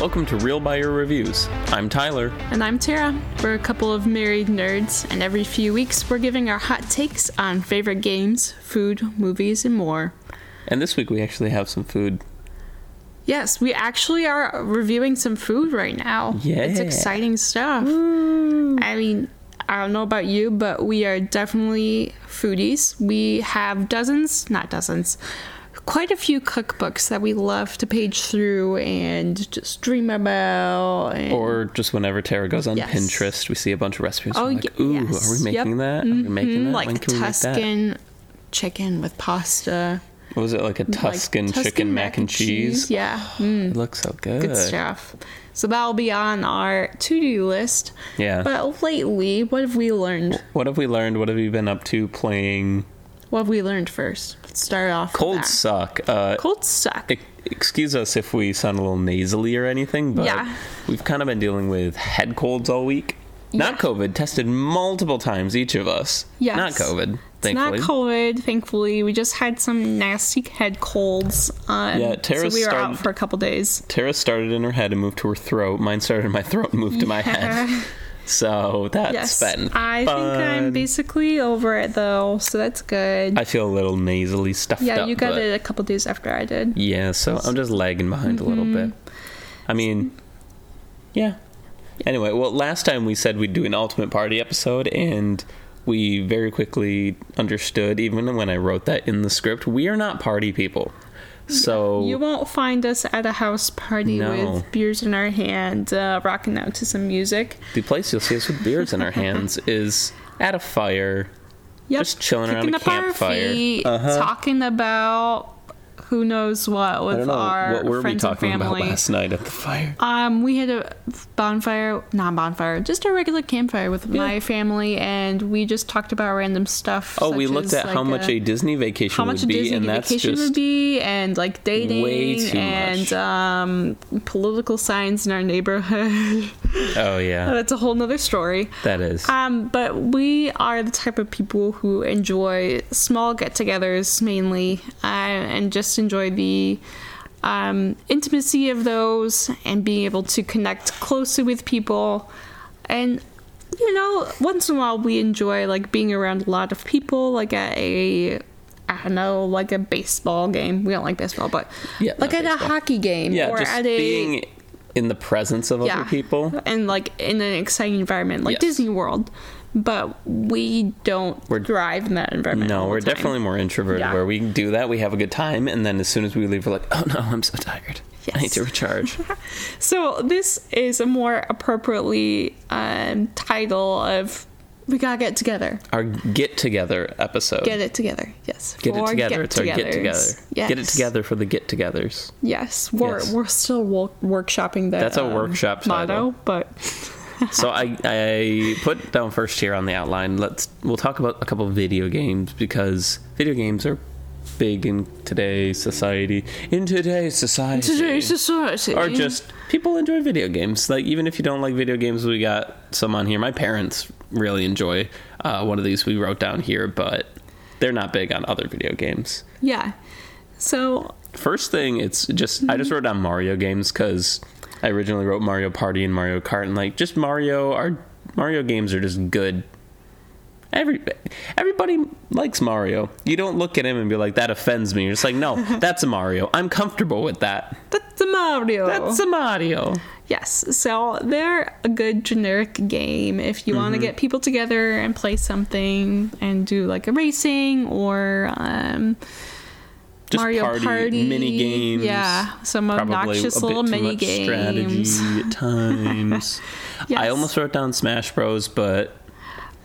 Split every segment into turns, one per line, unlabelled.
welcome to Real Buyer Reviews. I'm Tyler.
And I'm Tara. We're a couple of married nerds, and every few weeks we're giving our hot takes on favorite games, food, movies, and more.
And this week we actually have some food.
Yes, we actually are reviewing some food right now.
Yeah.
It's exciting stuff. I mean, I don't know about you, but we are definitely foodies. We have dozens, not dozens, quite a few cookbooks that we love to page through and just dream about. And
Or just whenever Tara goes on
Yes.
Pinterest, we see a bunch of recipes.
Oh,
we're like,
ye-
ooh,
yes.
are we
Yep.
making
Mm-hmm.
that? Are we making that?
Mm, like
when can we make
Tuscan chicken with pasta.
that? What was it like a
like
Tuscan, chicken mac and cheese?
Yeah. Mm,
It looks so good.
good stuff. So that'll be on our to do list.
Yeah.
But lately, what have we learned?
What have we learned? What have you been up to playing?
What have we learned first? Let's start off. with
Colds
that.
suck. Uh,
Colds suck.
e- excuse us if we sound a little nasally or anything, but
Yeah.
we've kind of been dealing with head colds all week. Not
Yeah.
COVID. Tested multiple times, each of us.
Yes.
Not COVID.
It's not
Thankfully.
COVID, thankfully. We just had some nasty head colds. Um,
Yeah, Tara
so we were
started-
out for a couple days.
Tara started in her head and moved to her throat. Mine started in my throat and moved to my head. So that's
Yes,
been
I think I'm
fun.
basically over it though, so that's good.
I feel a little nasally stuffed
yeah,
up.
you got
but-
it a couple days after I did.
Yeah, so I'm just lagging behind a little
Mm-hmm.
bit. I mean, yeah. Anyway, well, last time we said we'd do an Ultimate Party episode, and we very quickly understood, even when I wrote that in the script, we are not party people. So
You won't find us at a house party
No.
with beers in our hand, uh, rocking out to some music.
the place you'll see us with beers in our hands is at a fire.
Yep.
Just chilling around
Kicking
a
up our
campfire.
feet,
Uh-huh.
talking about who knows what with
I don't know
our
what were we
friends
talking
and
about
family.
last night at the fire.
Um, we had a bonfire, not bonfire, just a regular campfire with my family, and we just talked about random stuff.
Oh, we
such
looked
as,
at how
like, uh,
much a, Disney vacation
how much
would
a
be,
Disney
and that's
vacation
just
would be, and like dating,
way too
and
much.
um, political signs in our neighborhood.
oh yeah,
That's a whole nother story.
that is.
Um, but we are the type of people who enjoy small get-togethers mainly, uh, and just enjoy the um, intimacy of those and being able to connect closely with people. And you know, once in a while, we enjoy like being around a lot of people, like at a I don't know, like a baseball game. We don't like baseball, but
Yeah,
like
not
at
baseball.
a hockey game
yeah,
or
just
at a
being in the presence of other people.
and like in an exciting environment like
Yes.
Disney World. But we don't
We're-
thrive in that environment. all
No,
the
we're
time.
definitely more introverted.
Yeah.
Where we do that, we have a good time, and then as soon as we leave, we're like, "Oh no, I'm so tired. I need
Yes.
to recharge."
So this is a more appropriately um, title of we gotta get together,
our get together episode.
get it together. Yes,
Get it
for
together. it's our get
get-togethers.
together.
Yes.
Get it together for the get togethers.
Yes, we're
Yes.
we're still wo- workshopping that.
That's a
um,
workshop title.
motto, but
so I, I put down first here on the outline. Let's we'll talk about a couple of video games because video games are big in today's society. In today's society,
today's society
or just people enjoy video games. Like even if you don't like video games, we got some on here. My parents really enjoy uh, one of these we wrote down here, but they're not big on other video games.
yeah. So
First thing, it's just I just
Mm-hmm.
wrote down Mario games because I originally wrote Mario Party and Mario Kart, and like just Mario are Mario games are just good. Every everybody likes Mario. You don't look at him and be like that offends me. You're just like no, that's a Mario. I'm comfortable with that.
that's a Mario.
That's a Mario.
Yes, so they're a good generic game if you
Mm-hmm.
want to get people together and play something and do like a racing or um,
Just
Mario
party,
Party,
mini games.
Yeah, some
Probably
obnoxious
a bit
little
too
mini
much
games.
strategy at times. I
Yes.
almost wrote down Smash Bros, but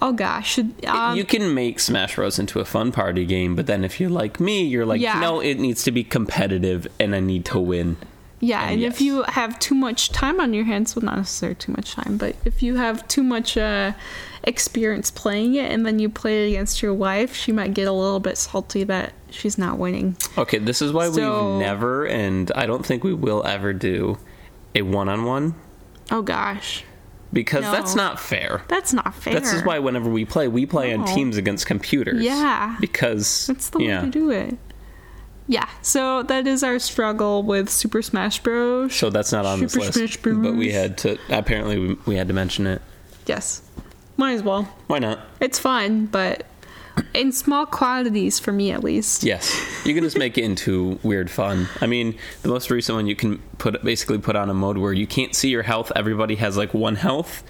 Oh gosh, should, um,
you can make Smash Bros into a fun party game, but then if you're like me, you're like,
Yeah.
no, it needs to be competitive and I need to win.
yeah, and
yes.
if you have too much time on your hands, well, not necessarily too much time, but if you have too much uh, experience playing it and then you play it against your wife, she might get a little bit salty that she's not winning.
Okay, this is why
So-
we've never, and I don't think we will ever do a one on one
Oh gosh,
because that's
No.
not fair.
that's not fair.
This is why whenever we play, we play on
No.
teams against computers.
Yeah.
Because
That's the
yeah.
way to do it. yeah, so that is our struggle with Super Smash Bros.
So that's not on
Super
this
Smash
list,
Bros.
but we had to. Apparently, we, we had to mention it.
yes, might as well.
Why not?
It's fun, but in small quantities for me at least.
Yes, you can just make it into weird fun. I mean, the most recent one you can put basically put on a mode where you can't see your health. Everybody has like one health,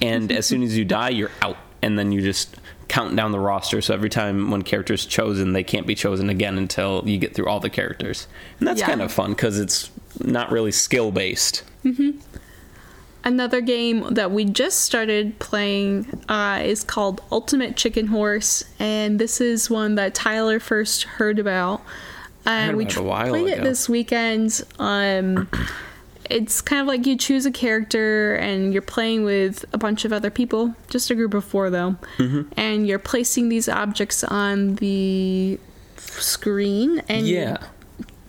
and as soon as you die, you're out, and then you just count down the roster. So every time one character is chosen, they can't be chosen again until you get through all the characters, and that's
Yeah.
kind of fun because it's not really skill based.
Another game that we just started playing uh, is called Ultimate Chicken Horse, and this is one that Tyler first heard about. Uh,
heard
we
about it a
tr-
while
played it
ago.
this weekend. Um, it's kind of like you choose a character and you're playing with a bunch of other people, just a group of four though,
Mm-hmm.
and you're placing these objects on the screen, and
Yeah,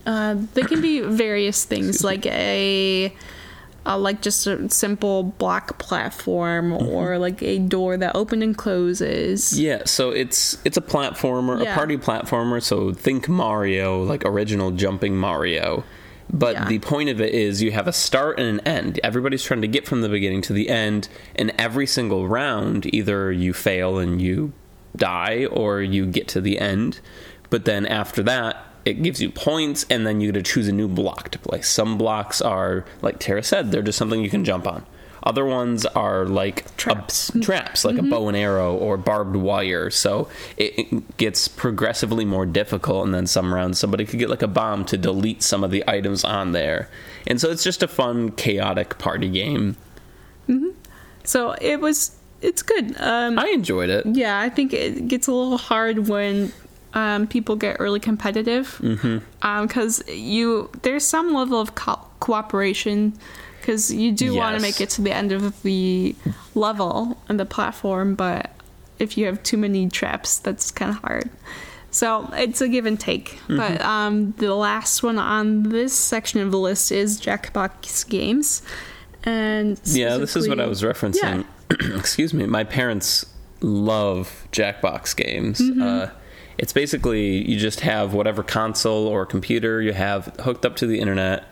uh, they can be various things, like a, uh like just a simple block platform, or like a door that open and closes.
yeah. So it's it's a platformer,
Yeah.
a party platformer. So think Mario, like original jumping Mario. But
Yeah.
the point of it is you have a start and an end. Everybody's trying to get from the beginning to the end, and every single round, either you fail and you die, or you get to the end. But then after that, it gives you points, and then you get to choose a new block to play. Some blocks are, like Tara said, they're just something you can jump on. Other ones are like a-
Traps.
traps like a bow and arrow or barbed wire. So it, it gets progressively more difficult, and then some rounds somebody could get like a bomb to delete some of the items on there. And so it's just a fun, chaotic party game.
So it was, it's good. Um,
I enjoyed it.
yeah, I think it gets a little hard when um, people get really competitive,
Mm-hmm.
because you there's some level of co- cooperation. Because you do want to
Yes.
make it to the end of the level and the platform, but if you have too many traps, that's kind of hard. So it's a give and take.
Mm-hmm.
But um, the last one on this section of the list is Jackbox Games, and
Yeah, this is what I
specifically-
was referencing. Excuse me. My parents love Jackbox games. Uh, it's basically you just have whatever console or computer you have hooked up to the internet,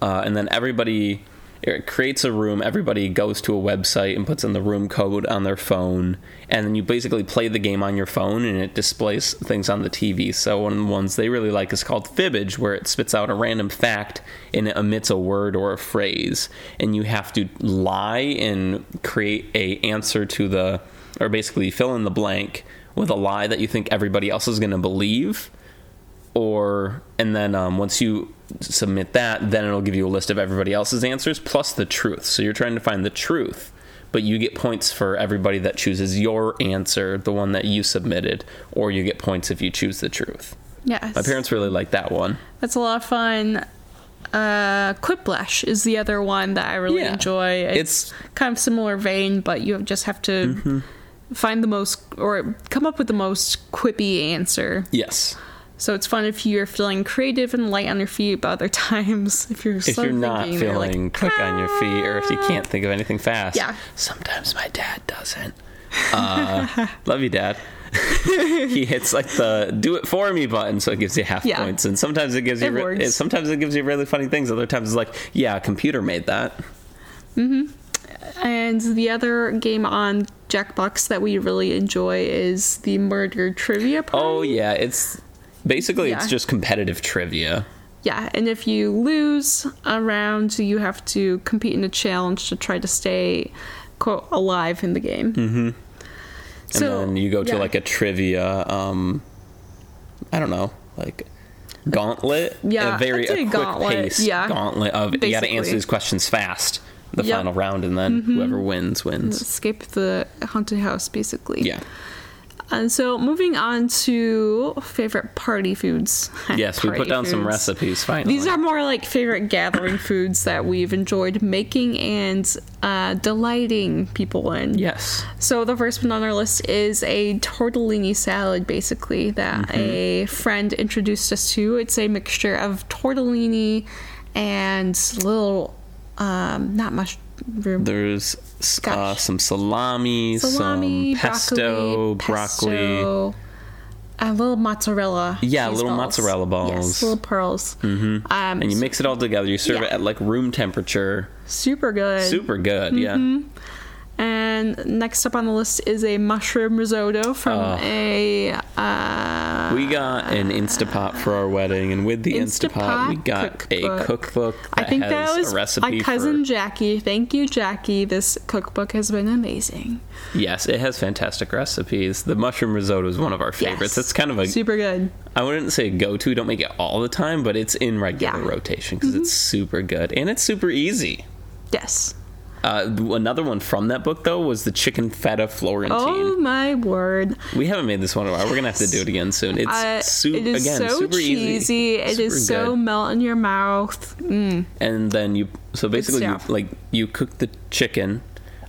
uh, and then everybody it creates a room. Everybody goes to a website and puts in the room code on their phone, and then you basically play the game on your phone, and it displays things on the TV. So one of the ones they really like is called Fibbage, where it spits out a random fact and it omits a word or a phrase, and you have to lie and create a answer to the, or basically fill in the blank with a lie that you think everybody else is going to believe or and then um, once you submit that, then it'll give you a list of everybody else's answers plus the truth. So you're trying to find the truth, but you get points for everybody that chooses your answer, the one that you submitted, or you get points if you choose the truth.
Yes.
My parents really like that one.
That's a lot of fun. Uh, Quiplash is the other one that I really
Yeah.
enjoy. It's,
It's- Mm-hmm.
kind of similar vein, but you just have to find the most or come up with the most quippy answer.
Yes.
So it's fun if you're feeling creative and light on your feet, but other times if you're
If you're not feeling quick on your feet or if you can't think of anything fast.
Yeah.
Sometimes my dad doesn't. Uh, love you, Dad. he hits like the "do it for me" button, so it gives you half
Yeah.
points. And sometimes it gives you
It
re-
works.
sometimes it gives you really funny things. Other times it's like, yeah, a computer made that.
"Ah!" And the other game on Jackbox that we really enjoy is the murder trivia party.
Oh yeah, it's basically it's
Yeah.
just competitive trivia.
Yeah, and if you lose a round, you have to compete in a challenge to try to stay quote alive in the game. Mm-hmm.
And then you go to like a trivia, um, I don't know, like gauntlet.
Yeah,
a very
I'd say
a quick
gauntlet,
pace
yeah.
gauntlet of you got to
Basically.
answer these questions fast. The
Yep. Mm-hmm.
final round, and then whoever wins wins.
escape the haunted house, basically.
Yeah.
And so moving on to favorite party foods.
Yes, we put
Party
down some
foods.
recipes. Finally,
These are more like favorite gathering foods that we've enjoyed making and uh, delighting people in.
yes.
So the first one on our list is a tortellini salad, basically that
Mm-hmm.
a friend introduced us to. It's a mixture of tortellini and little, um, not mushroom.
There's s- uh,
Gosh.
some salami,
Salami,
some pesto, broccoli,
pesto, a little mozzarella.
Yeah,
cheese
little
balls.
mozzarella balls.
Yes, little pearls. Mm-hmm. Um,
and you mix it all together. You serve
Yeah.
it at like room temperature.
super good. Mm-hmm.
Super good. Yeah.
And next up on the list is a mushroom risotto from
Oh.
a uh,
We got an Instapot for our wedding, and with the Instapot, we got a cookbook. That
I think
has
that was
a recipe.
my cousin
For,
Jackie. Thank you, Jackie. This cookbook has been amazing.
yes, it has fantastic recipes. The mushroom risotto is one of our favorites.
Yes.
It's kind of a
super good.
I wouldn't say go to. Don't make it all the time, but it's in regular
Yeah. Mm-hmm.
rotation because it's super good and it's super easy.
Yes.
Uh, another one from that book though was the chicken feta Florentine.
Oh my word!
We haven't made this one in a while. We're gonna have to do it again soon. It's
Uh,
su-
it is
again
so
super
cheesy.
easy.
It is
super
so
good.
melt in your mouth. Mm.
And then you so basically you,
stuff.
like you cook the chicken,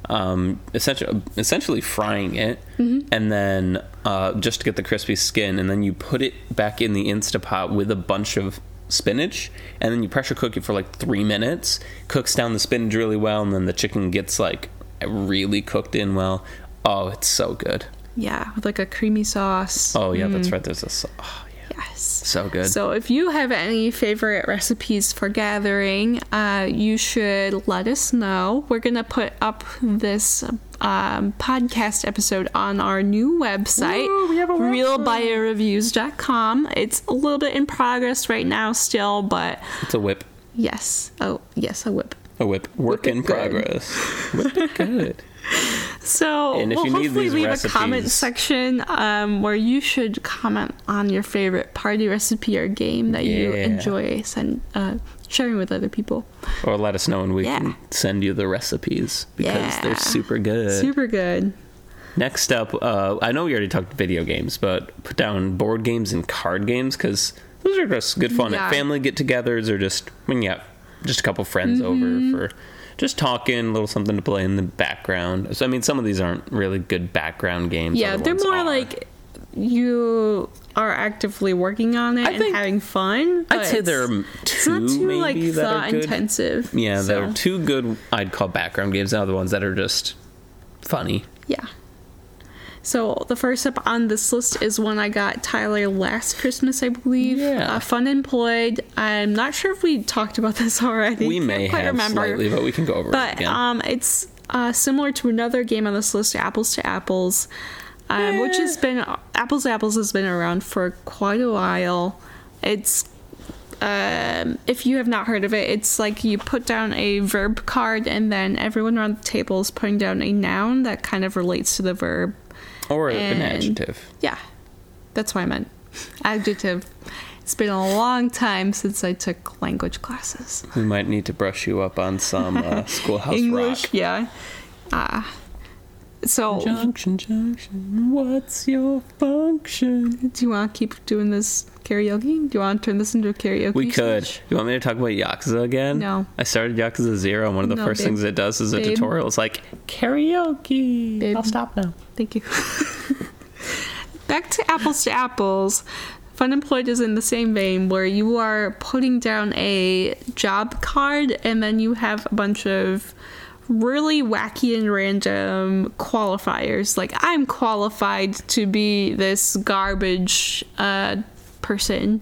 um, essentially essentially frying it, and then uh, just to get the crispy skin, and then you put it back in the Instapot with a bunch of spinach, and then you pressure cook it for like three minutes. Cooks down the spinach really well, and then the chicken gets like really cooked in well. Oh, it's so good.
Yeah, with like a creamy sauce.
Oh yeah, that's right. There's a sau- oh, yeah.
Yes.
so good.
So, if you have any favorite recipes for gathering, uh, you should let us know. We're going to put up this um, podcast episode on our new website,
Woo, we have a website.
realbuyerreviews.com. It's a little bit in progress right now, still, but
It's a whip.
yes. Oh, yes, a whip.
A whip. Work in
good.
progress. Whip it good.
So
And if
we'll
you need
hopefully
these
leave a comment
recipes-
section um, where you should comment on your favorite party recipe or game that you
Yeah.
enjoy send, uh, sharing with other people.
Or let us know and we
Yeah.
can send you the recipes because
Yeah.
they're super good.
Super good.
Next up, uh, I know we already talked video games, but put down board games and card games because those are just good fun
Yeah.
at family get togethers or just when you have just a couple friends
Mm-hmm.
over for just talking, a little something to play in the background. So, I mean, some of these aren't really good background games.
Yeah,
other
they're
ones
more
are.
like you are actively working on it
I
and
think-
having fun.
I'd
but
say there are
it's-
two
it's not too
maybe
like
that are
thought
good.
intensive.
Yeah,
so,
there are two good I'd call background games. Now the ones that are just funny.
Yeah. So the first up on this list is one I got Tyler last Christmas, I believe.
Yeah.
Uh, Fun Employed. I'm not sure if we talked about this already.
We
Can't
may
quite
have
remember.
slightly, but we can go over it
But
again.
um, it's uh, similar to another game on this list, Apples to Apples, um, which has been Apples to Apples has been around for quite a while. It's um, if you have not heard of it, it's like you put down a verb card, and then everyone around the table is putting down a noun that kind of relates to the verb.
or an
and-
adjective.
Yeah, that's what I meant. Adjective. It's been a long time since I took language classes.
We might need to brush you up on some uh, schoolhouse
English,
rock.
yeah. Uh, so,
Junction, junction, what's your function?
do you want to keep doing this karaoke? Do you want to turn this into a karaoke?
We could.
stage?
You want me to talk about Yakuza again?
No.
I started Yakuza Zero, and one of the
No,
first
babe.
things it does is a
Babe.
tutorial. It's like karaoke.
Babe.
I'll stop now.
Thank you. Back to apples to apples. Fun employed is in the same vein where you are putting down a job card and then you have a bunch of really wacky and random qualifiers like I'm qualified to be this garbage uh, person.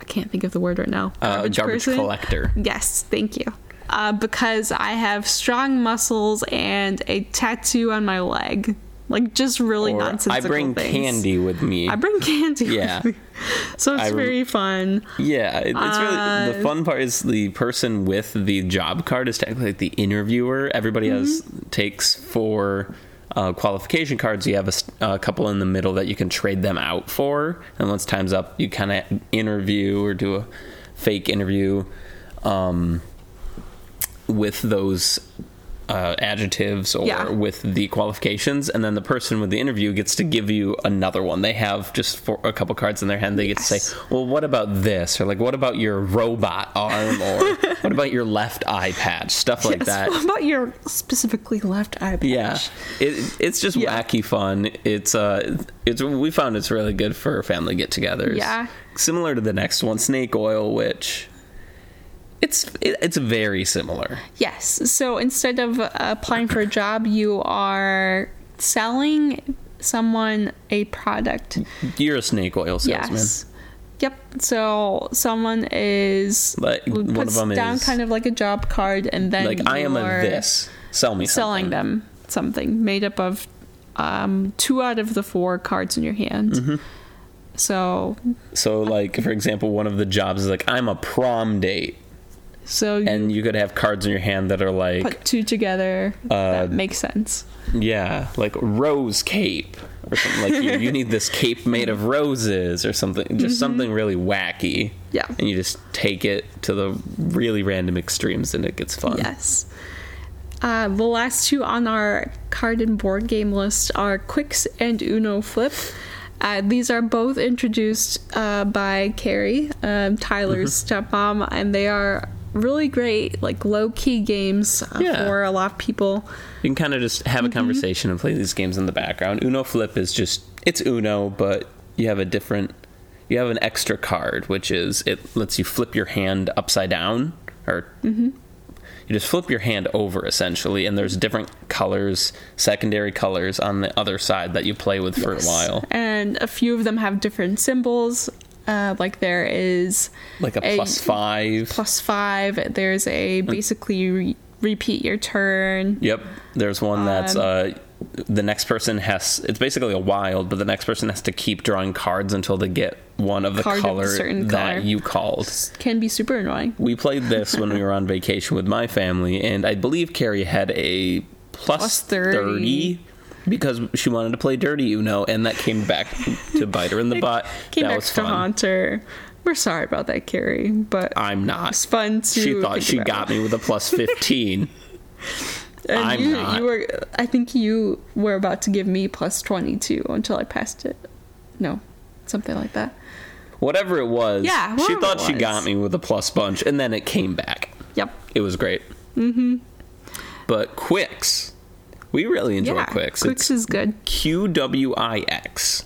I can't think of the word right now.
Uh, garbage collector.
Yes, thank you. Uh, because I have strong muscles and a tattoo on my leg. Like, just really
Or
nonsensical
I bring
things.
candy with me.
I bring candy.
Yeah.
with me. So it's
I rem-
very fun.
Yeah, it, it's really the fun part is the person with the job card is technically like the interviewer. Everybody has takes for uh, qualification cards. You have a, s- a couple in the middle that you can trade them out for, and once time's up, you kind of interview or do a fake interview um, with those. Uh, adjectives or
Yeah.
with the qualifications, and then the person with the interview gets to give you another one. They have just four, a couple cards in their hand. They get to
Yes.
say, well, what about this? Or like, what about your robot arm? Or what about your left eye patch? Stuff like
Yes.
that.
What about your specifically left eye patch?
Yeah, it, it's just
Yeah.
wacky fun. It's uh, it's we found it's really good for family get-togethers.
Yeah.
similar to the next one, Snake Oil, which it's it, it's very similar.
uh, Yes. So instead of applying for a job, you are selling someone a product.
You're a snake oil salesman.
Yes. Yep. So someone is
Like,
puts
one of them
down
is-
kind of like a job card, and then
Like I am a
you're
this. Sell me
selling
something.
them something made up of um, two out of the four cards in your hand.
Mm-hmm.
So
So like for example, one of the jobs is like I'm a prom date,
so you
and you could have cards in your hand that are like
put two together.
Uh,
that makes sense.
yeah, like rose cape or something like you, you need this cape made of roses or something, just something really wacky.
Mm-hmm. Yeah.
and you just take it to the really random extremes, and it gets fun.
Yes. Uh, the last two on our card and board game list are Quicks and Uno Flip. Uh, these are both introduced uh, by Carrie, um, Tyler's
Mm-hmm.
stepmom, and they are really great, like low key games uh,
Yeah.
for a lot of people.
You can kind of just have a conversation and play these games in the background. Uno flip is just it's Uno, but you have a different you have an extra card, which is it lets you flip your hand upside down or you just flip your hand over essentially and there's different colors, secondary colors on the other side that you play with for a while.
And a few of them have different symbols. Uh, like there is
Like a
A-
plus 5.
plus five, there's a basically re- repeat your turn.
Yep. There's one that's
Um,
uh, the next person has. It's basically a wild, but the next person has to keep drawing cards until they get one of the
Card of the
color
certain
that
color.
you called.
Can be super annoying.
We played this when we were on vacation with my family, and I believe Carrie had a plus,
Plus
plus
30.
30 because she wanted to play dirty Uno, and that came back to bite her in the butt.
came
that
back
was
to
fun.
haunt her. We're sorry about that, Carrie, but
I'm not.
it's fun to.
She thought
think
she
about.
got me with a plus 15.
And
I'm
you,
not.
you were. I think you were about to give me plus twenty two until I passed it. No, something like that.
Whatever it was,
Yeah,
she
whatever
thought
it
she
was.
got me with a plus bunch, and then it came back.
Yep.
It was great. Mm-hmm. But Quix, we really enjoy
yeah.
Quix.
Quicks
It's
is good.
Q W I X.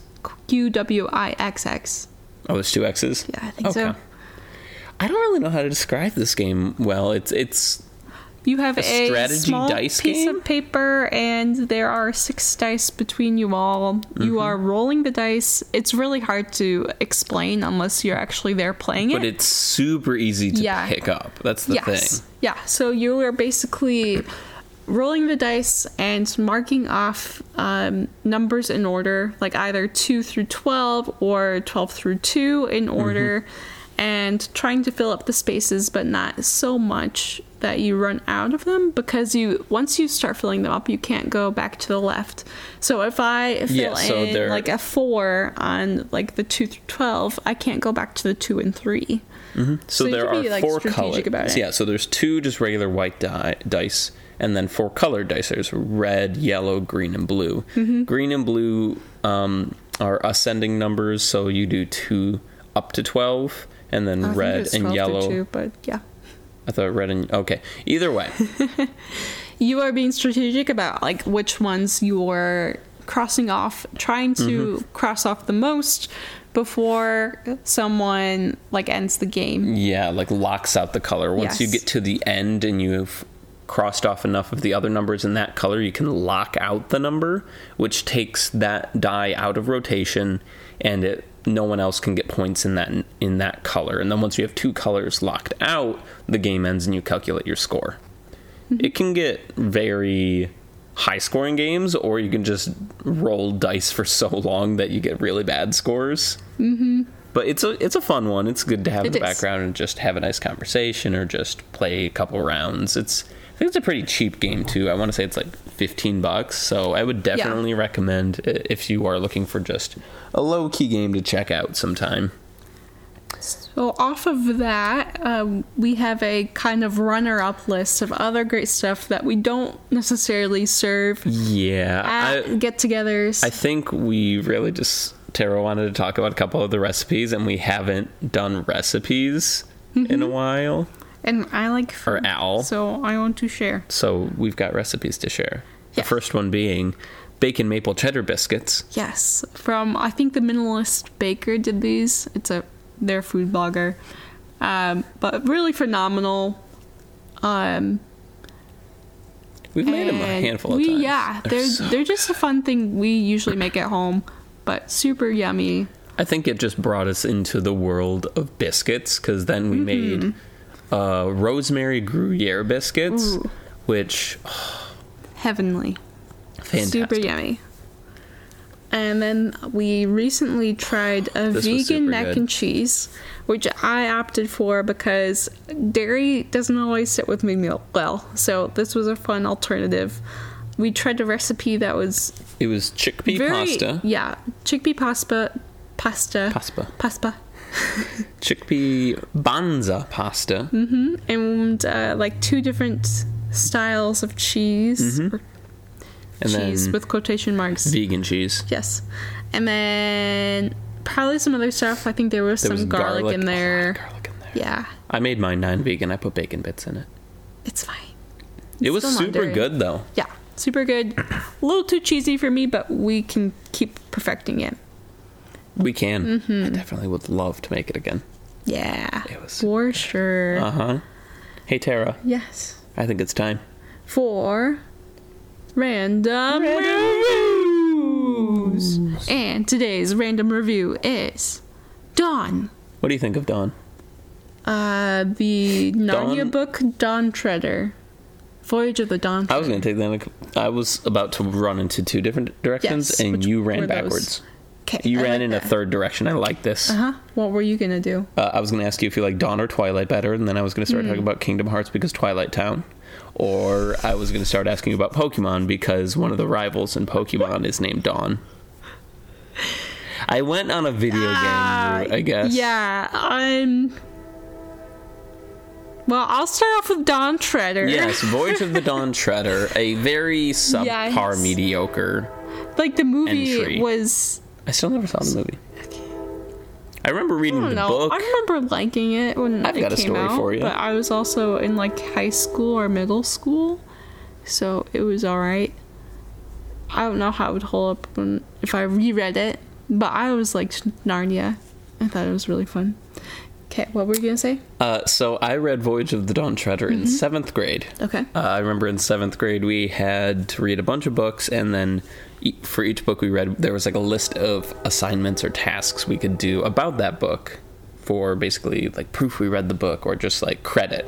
Q W I X X.
Oh, there's two X's.
Yeah, I think so.
I don't really know how to describe this game well. It's it's
You have a,
strategy
small
dice
piece
game?
of paper, and there are six dice between you all.
Mm-hmm.
You are rolling the dice. It's really hard to explain unless you're actually there playing it.
but it's super easy to
Yeah.
pick up. That's the thing.
Yeah. So you are basically rolling the dice and marking off um, numbers in order, like either 2 through 12 or 12 through 2 in
Mm-hmm.
order, and trying to fill up the spaces, but not so much that you run out of them because you once you start filling them up you can't go back to the left so if i fill
Yeah, so
in
they're-
like a four on like the two through 12 i can't go back to the two and three
So,
So you
there
can
are
be, like,
four
strategic
colors.
about it.
Yeah, so there's two just regular white di- dice and then four colored dice. There's red, yellow, green, and blue.
Mm-hmm.
Green and blue um, are ascending numbers, so you do two up to 12, and then
Oh, I think it
red
was
and
12 through
yellow.
two, but yeah
I thought red and. Okay. Either way.
you are being strategic about like which ones you're crossing off trying to
Mm-hmm.
cross off the most before someone like ends the game
Yeah, like locks out the color. Once you
Yes.
get to the end and you've crossed off enough of the other numbers in that color, you can lock out the number, which takes that die out of rotation, and it no one else can get points in that in that color. And then once you have two colors locked out, the game ends and you calculate your score.
Mm-hmm.
It can get very high scoring games or you can just roll dice for so long that you get really bad scores. But it's a it's a fun one. It's good to have in
Mm-hmm. It
the
is.
background and just have a nice conversation or just play a couple rounds. It's I think it's a pretty cheap game too. I want to say it's like fifteen bucks. So I would definitely recommend i- if you are looking for just a low key game to check out sometime.
so off of that um, we have a kind of runner-up list of other great stuff that we don't necessarily serve
Yeah,
at
I
get-togethers
I think we really just Tara wanted to talk about a couple of the recipes and we haven't done recipes in a while
and i like
or
food,
at all.
Mm-hmm. so i want to share
So we've got recipes to share.
Yeah.
The first one being bacon maple cheddar biscuits.
Yes, from I think the Minimalist Baker did these. It's a their food blogger, um, but really phenomenal. Um,
We've made them a
And
handful of
we-
times.
Yeah,
They're
they're
so
they're just a fun thing we usually make at home, but super yummy.
I think it just brought us into the world of biscuits because then we
Mm-hmm.
made uh, rosemary Gruyere biscuits,
Ooh.
which oh,
Heavenly.
fantastic.
Super yummy. And then we recently tried a
This was super
vegan mac
good.
and cheese, which I opted for because dairy doesn't always sit with me meal well. So this was a fun alternative. We tried a recipe that was
It was chickpea
very
pasta,
yeah chickpea pasta pasta
Pasta.
pasta
chickpea banza pasta.
Hmm. and uh, like two different styles of cheese or
Mm-hmm. And
cheese
then
with quotation marks
vegan cheese.
Yes. And then probably some other stuff. I think there was
There
some
was
garlic, in
a lot of
there.
garlic in there.
Yeah,
I made mine non-vegan. I put bacon bits in it.
it's fine.
It was
still not
super
dairy.
good though.
Yeah, super good. A little too cheesy for me, but we can keep perfecting it.
We can.
Mm-hmm.
I definitely would love to make it again.
Yeah.
It was
for sure.
Uh huh. Hey Tara,
yes.
I think it's time.
For random, reviews. And today's random review is Dawn.
What do you think of Dawn?
Uh, the Narnia
Dawn-
book Dawn Treader. Voyage of the Dawn
I was going to take that. I was about to run into two different directions,
Yes,
and
which
you
were
ran
those?
backwards.
Okay,
You
I
ran
like
in
that.
a third direction. I like this.
Uh huh. What were you gonna do?
Uh, I was going to ask you if you like Dawn or Twilight better, and then I was going to
Hmm.
start talking about Kingdom Hearts because Twilight Town, or I was going to start asking you about Pokemon because one of the rivals in Pokemon is named Dawn. I went on a video game route, I guess.
Ah, Yeah, I'm. Well, I'll start off with Don Treader.
Yes, Voyage of the Dawn Treader, a very subpar
Yes.
mediocre.
like the movie
Entry.
was.
I still never saw the movie. I remember
I
reading
don't
the
know.
book.
I remember liking it when
I've
it
got a
came
story
out,
for you.
but I was also in like high school or middle school, so it was all right. I don't know how it would hold up when, if I reread it, but I was like Narnia. I thought it was really fun. Okay, what were you gonna say?
Uh, so I read Voyage of the Dawn Treader in
Mm-hmm.
seventh grade.
Okay.
Uh, I remember in seventh grade we had to read a bunch of books, and then e- for each book we read, there was like a list of assignments or tasks we could do about that book for basically like proof we read the book or just like credit.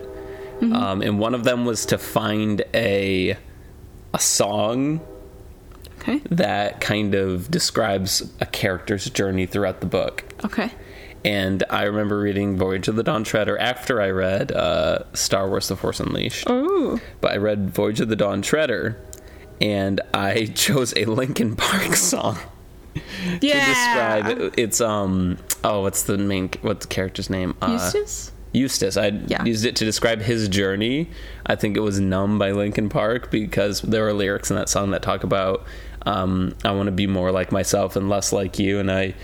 Mm-hmm.
Um, and one of them was to find a a song
Okay.
that kind of describes a character's journey throughout the book.
Okay.
And I remember reading Voyage of the Dawn Treader after I read uh, Star Wars The Force Unleashed.
Oh.
But I read Voyage of the Dawn Treader and I chose a Linkin Park song
Yeah.
to describe it's um oh what's the main what's the character's name? Uh,
Eustace?
Eustace. I
Yeah.
used it to describe his journey. I think it was "Numb" by Linkin Park because there are lyrics in that song that talk about um, "I want to be more like myself and less like you," and I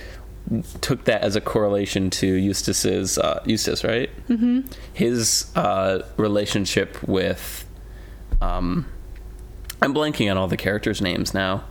took that as a correlation to Eustace's uh, Eustace, right? Mm-hmm. His uh, relationship with um, I'm blanking on all the characters' names now.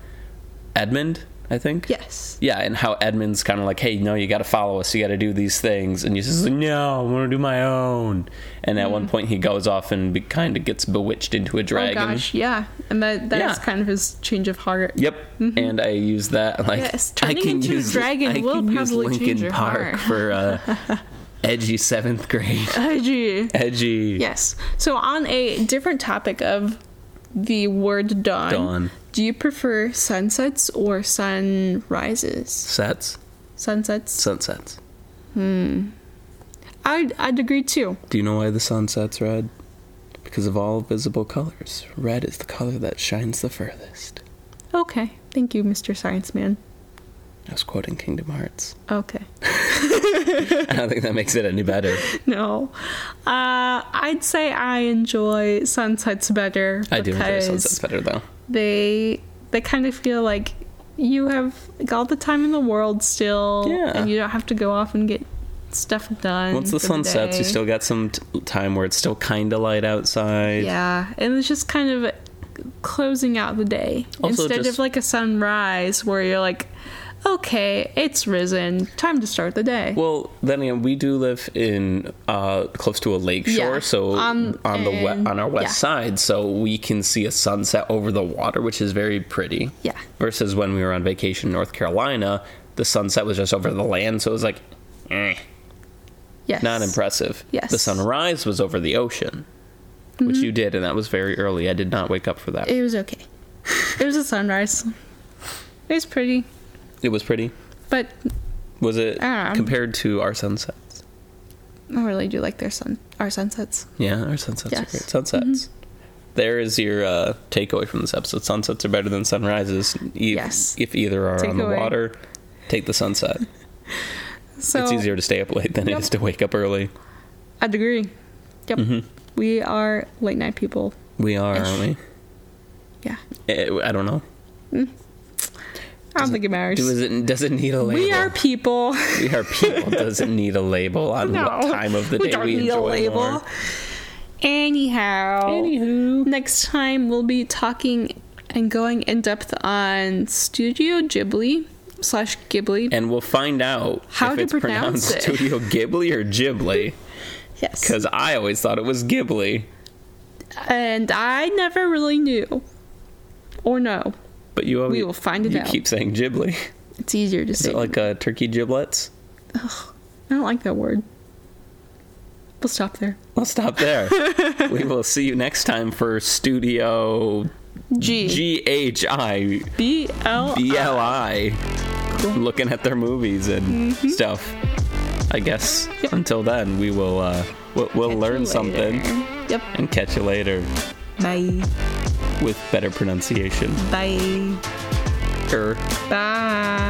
Edmund, I think.
Yes. Oh,
Yeah, and how Edmund's kind of like, hey, no, you got to follow us. You got to do these things. And he's just like, no, I want to do my own. And at one point, he goes off and be, kind of gets bewitched into a dragon.
Mm-hmm. Oh gosh, yeah. And that that's
Yeah.
kind of his change of heart.
Yep. And I use that. Like,
Yes,
I
Mm-hmm. turning
can
into a
use,
dragon
I can
will
use
probably
Linkin
change your
Park
heart.
for uh, edgy seventh grade.
Oh, gee.
Edgy.
Yes. So on a different topic of the word dawn,
Dawn.
do you prefer sunsets or sunrises?
Sets.
Sunsets.
Sunsets.
I'd I'd agree too.
Do you know why the sun sets red? Because of all visible colors, red is the color that shines the furthest.
Okay. Thank you, Mr. Science Man.
I was quoting Kingdom Hearts.
Okay.
I don't think that makes it any better.
No. Uh, I'd say I enjoy sunsets better.
I do enjoy
because
sunsets better though.
they they kind of feel like you have like, all the time in the world still
Yeah.
and you don't have to go off and get stuff done
Once the
for
sun sets, you
day.
still got some t- time where it's still kind of light outside.
yeah and it's just kind of closing out the day
Also
instead
just-
of like a sunrise where you're like okay, it's risen. Time to start the day.
Well, then again, we do live in uh, close to a lake shore,
Yeah.
so
Um,
on the we-
and-
on our west
yeah.
side, so we can see a sunset over the water, which is very pretty.
Yeah.
Versus when we were on vacation in North Carolina, the sunset was just over the land, so it was like, eh,
yes.
not impressive.
Yes. Mm-hmm.
The sunrise was over the ocean, which you did, and that was very early. I did not wake up for that. It,
It was okay. It was a sunrise. It was pretty,
was pretty.
but
Was it
Um,
compared to our sunsets?
I really do like their sun, our sunsets.
Yeah, our sunsets
Yes. Mm-hmm.
are great. Sunsets. There is your uh, takeaway from this episode. Sunsets are better than sunrises. E-
Yes.
If either are on the
Takeaway.
water, take the sunset.
So
it's easier to stay up late than
Oh. Yep.
it is to wake up early.
I'd agree. Yep.
Mm-hmm.
We are late night people.
We are, aren't we?
Yeah.
Eh, I don't know.
I don't think it matters.
Does it, does it need a label?
we are people.
We are people. does it need a label on what time of the
we
day
don't
we
need
enjoy
a label.
more?
Anyhow.
Anywho.
Next time we'll be talking and going in depth on Studio Ghibli slash Ghibli.
And we'll find out
How
if
to
it's
pronounce
pronounced
it.
Studio Ghibli or Ghibli.
Yes.
Because I always thought it was Ghibli.
And I never really knew. Or no.
But you always
We will find it
you
out.
keep saying Ghibli.
It's easier to
Is
say.
it like uh, turkey giblets?
I don't like that word. We'll stop there.
We'll stop there. we will see you next time for Studio
G.
G H I
B L
B L I. I'm looking at their movies and stuff. I guess
Mm-hmm. Yep.
until then, we will uh, we'll, we'll learn something
Yep.
and catch you later
Bye.
with better pronunciation.
Bye.
Er.
Bye.